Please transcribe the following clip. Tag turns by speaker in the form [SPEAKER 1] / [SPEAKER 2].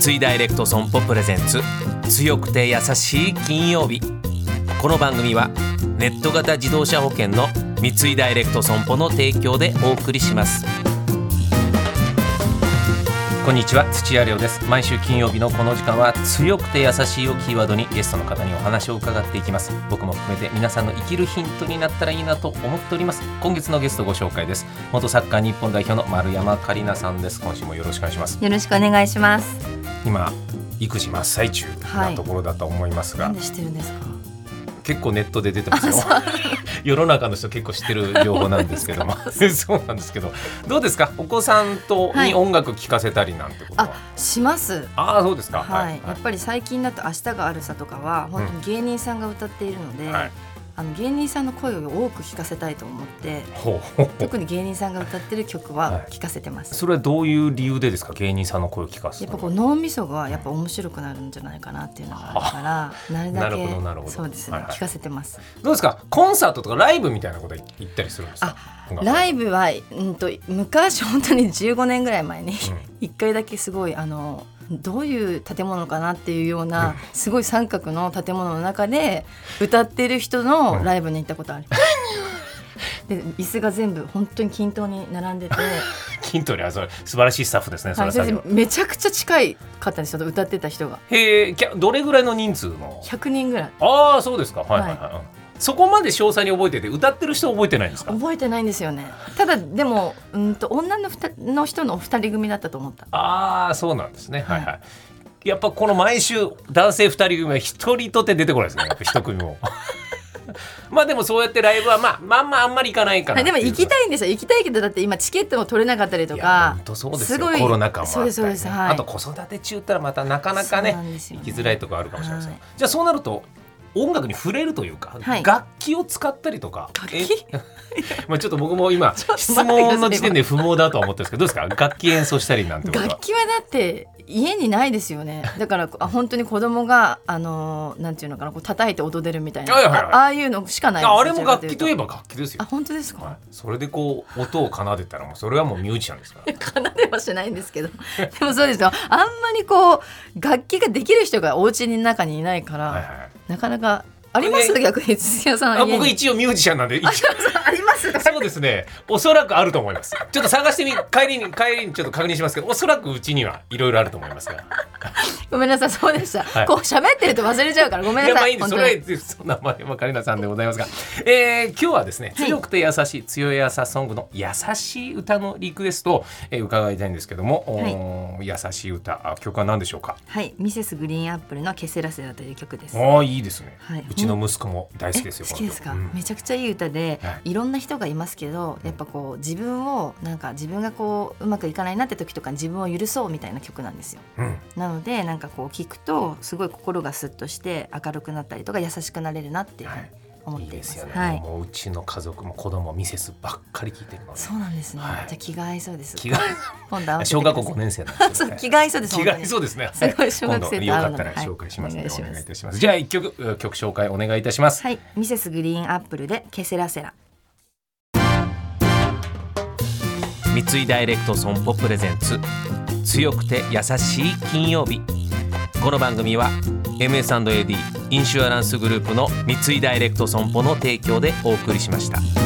[SPEAKER 1] 三井ダイレクト損保プレゼンツ強くて優しい金曜日この番組はネット型自動車保険の三井ダイレクト損保の提供でお送りしますこんにちは土屋亮です毎週金曜日のこの時間は強くて優しいをキーワードにゲストの方にお話を伺っていきます僕も含めて皆さんの生きるヒントになったらいいなと思っております今月のゲストご紹介です元サッカー日本代表の丸山桂里奈さんです今週もよろしくお願いします
[SPEAKER 2] よろしくお願いします。
[SPEAKER 1] 今育児真っ最中なところだと思いますが、
[SPEAKER 2] なんでしてるんですか。
[SPEAKER 1] 結構ネットで出てますよ 世の中の人結構知ってる情報なんですけ どもそうなんですけどどうですかお子さんと
[SPEAKER 2] は
[SPEAKER 1] に
[SPEAKER 2] い
[SPEAKER 1] 音楽聴かせたりなんてことは、
[SPEAKER 2] あ、します。
[SPEAKER 1] ああそうですか
[SPEAKER 2] はい、やっぱり最近だと明日があるさとかは、本当に芸人さんが歌っているので。
[SPEAKER 1] はい
[SPEAKER 2] あの芸人さんの声を多く聞かせたいと思って。
[SPEAKER 1] ほうほ うほう
[SPEAKER 2] 特に芸人さんが歌ってる曲
[SPEAKER 1] はい
[SPEAKER 2] は聞かせてます。
[SPEAKER 1] それはどういう理由でですか芸人さんの声を聞かす
[SPEAKER 2] やっぱ
[SPEAKER 1] の
[SPEAKER 2] こう脳みそがやっぱ面白くなるんじゃないかなっていうのがあるから、なるだ
[SPEAKER 1] なるほどなるほ
[SPEAKER 2] け
[SPEAKER 1] ど
[SPEAKER 2] そうです
[SPEAKER 1] は
[SPEAKER 2] ね
[SPEAKER 1] いはい
[SPEAKER 2] 聞かせてます。
[SPEAKER 1] どうですかコンサートとかライブみたいなこと行ったりするんですか音楽
[SPEAKER 2] ライブはうんと昔本当に15年ぐらい前に
[SPEAKER 1] うん
[SPEAKER 2] 一回だけすごいあのどういう建物かなっていうようなすごい三角の建物の中で歌ってる人のライブに行ったことある。 で椅子が全部本当に均等に並ん でて、
[SPEAKER 1] 筋トレはそれ素晴らしいスタッフですねそ
[SPEAKER 2] は
[SPEAKER 1] れ
[SPEAKER 2] い、
[SPEAKER 1] は作
[SPEAKER 2] 先
[SPEAKER 1] 業
[SPEAKER 2] 生めちゃくちゃ近いかったんですよ歌ってた人が
[SPEAKER 1] へえきゃどれぐらいの人数の
[SPEAKER 2] 100人ぐらい
[SPEAKER 1] ああそうですかはいはいはい、そこまで詳細に覚えてて歌ってる人覚えてないんですか
[SPEAKER 2] 覚えてないんですよねただでもうんと女のふたの人のお二人組だったと思った
[SPEAKER 1] ああそうなんですねは
[SPEAKER 2] はいい
[SPEAKER 1] はいやっぱこの毎週男性2人組は一人とって出てこないですねやっぱ一組も まあでもそうやってライブはまあまあまああんまり行かないか
[SPEAKER 2] は、
[SPEAKER 1] ない
[SPEAKER 2] でも行きたいんですよ行きたいけどだって今チケットも取れなかったりと
[SPEAKER 1] とか
[SPEAKER 2] か
[SPEAKER 1] 本当そうですよ
[SPEAKER 2] すごい
[SPEAKER 1] コロナ禍もあったりね
[SPEAKER 2] そうですそうですはい
[SPEAKER 1] あと子育て中ったらまたなかなかね
[SPEAKER 2] そうなんですよ
[SPEAKER 1] 行
[SPEAKER 2] ね
[SPEAKER 1] きづらいところあるかもしれません、
[SPEAKER 2] はい
[SPEAKER 1] じゃあそうなると音楽に触れるというか、
[SPEAKER 2] はい
[SPEAKER 1] 楽器を使ったりとか
[SPEAKER 2] 楽器
[SPEAKER 1] え まあちょっと僕も 今
[SPEAKER 2] ちょっ
[SPEAKER 1] 質
[SPEAKER 2] と待ってください
[SPEAKER 1] 問の時点で不毛だとは思ってるんで すけどどうですか楽器演奏したりなんてことは
[SPEAKER 2] 楽器はだって家にないですよねだからあ本当に子供があのーなんていうのかなこう叩いて踊れるみたいな、
[SPEAKER 1] はいはいはい
[SPEAKER 2] あああいうのしかないです
[SPEAKER 1] ああれも楽器といえ
[SPEAKER 2] ば
[SPEAKER 1] ば楽器です
[SPEAKER 2] あ
[SPEAKER 1] よ、
[SPEAKER 2] 本当ですか、
[SPEAKER 1] はい、それでこう音を奏でたらもうそれはもうミュージシャンですから
[SPEAKER 2] 奏ではしないんですけどでもそうですよあんまりこう楽器ができる人がお家の中にいないから、
[SPEAKER 1] はいはい
[SPEAKER 2] なかなかあります
[SPEAKER 1] これ
[SPEAKER 2] 逆に土屋さん
[SPEAKER 1] あ
[SPEAKER 2] は家
[SPEAKER 1] 僕
[SPEAKER 2] に
[SPEAKER 1] 一応ミュージシャンなんで一応
[SPEAKER 2] あります
[SPEAKER 1] そうですねおそらくあると思いますちょっと探してみ帰りに帰りにちょっと確認しますけどおそらくうちにはいろいろあると思いますが
[SPEAKER 2] ごめんなさいそうでした、
[SPEAKER 1] はい
[SPEAKER 2] こう喋ってると忘れちゃうからごめん
[SPEAKER 1] いや
[SPEAKER 2] な
[SPEAKER 1] ま
[SPEAKER 2] さ
[SPEAKER 1] あ
[SPEAKER 2] い
[SPEAKER 1] いいで
[SPEAKER 2] 本
[SPEAKER 1] すそ
[SPEAKER 2] 当
[SPEAKER 1] れ
[SPEAKER 2] に
[SPEAKER 1] はいいですそんな丸山桂里奈さんでございますが、えー、今日はですね
[SPEAKER 2] はい
[SPEAKER 1] 強くて優しい強い朝ソングの優しい歌のリクエストを、えー伺いたいんですけども、おー優しい歌あ曲は何でしょうか
[SPEAKER 2] はいミセスグリーンアップルのケセラセラという曲です
[SPEAKER 1] ああいいですね、
[SPEAKER 2] はいう
[SPEAKER 1] ちの息子も大好きですよ
[SPEAKER 2] え好きですか、
[SPEAKER 1] この曲うん
[SPEAKER 2] めちゃくちゃいい歌で、、
[SPEAKER 1] はい
[SPEAKER 2] ろんな人がいますけどやっぱこう自分をなんか自分がこううまくいかないなって時とかに自分を許そうみたいな曲なんですよ
[SPEAKER 1] うん
[SPEAKER 2] なのでなんかこう聞くとすごい心がスッとして明るくなったりとか優しくなれるなっていうふうに思
[SPEAKER 1] い
[SPEAKER 2] っ
[SPEAKER 1] い
[SPEAKER 2] ていま
[SPEAKER 1] で
[SPEAKER 2] すす,、
[SPEAKER 1] よね、
[SPEAKER 2] はい
[SPEAKER 1] もううちの家族も子供もミセスばっかり聞いてるので
[SPEAKER 2] そうなんですね、
[SPEAKER 1] はい
[SPEAKER 2] じゃあ気が合いそうです
[SPEAKER 1] 気が
[SPEAKER 2] 今度合わせて
[SPEAKER 1] 小
[SPEAKER 2] くだ
[SPEAKER 1] 学
[SPEAKER 2] さ
[SPEAKER 1] 校
[SPEAKER 2] い
[SPEAKER 1] 5年生なんです
[SPEAKER 2] 、そ
[SPEAKER 1] よ、ね
[SPEAKER 2] う気が合いそうです
[SPEAKER 1] 気が合いそう
[SPEAKER 2] 本
[SPEAKER 1] ですね
[SPEAKER 2] すごい小学生
[SPEAKER 1] 今度
[SPEAKER 2] と
[SPEAKER 1] よ
[SPEAKER 2] 会
[SPEAKER 1] か
[SPEAKER 2] う
[SPEAKER 1] っ
[SPEAKER 2] の
[SPEAKER 1] た
[SPEAKER 2] で
[SPEAKER 1] ら紹介しますので、
[SPEAKER 2] はい
[SPEAKER 1] お
[SPEAKER 2] お願いします
[SPEAKER 1] 願いいたしますじゃあ一曲えー曲紹介お願いいたします
[SPEAKER 2] はいミセスグリーンアップルでケセラセラ
[SPEAKER 1] 三井ダイレクト損保プレゼンツ強くて優しい金曜日この番組は MS&AD インシュアランスグループの三井ダイレクト損保の提供でお送りしました。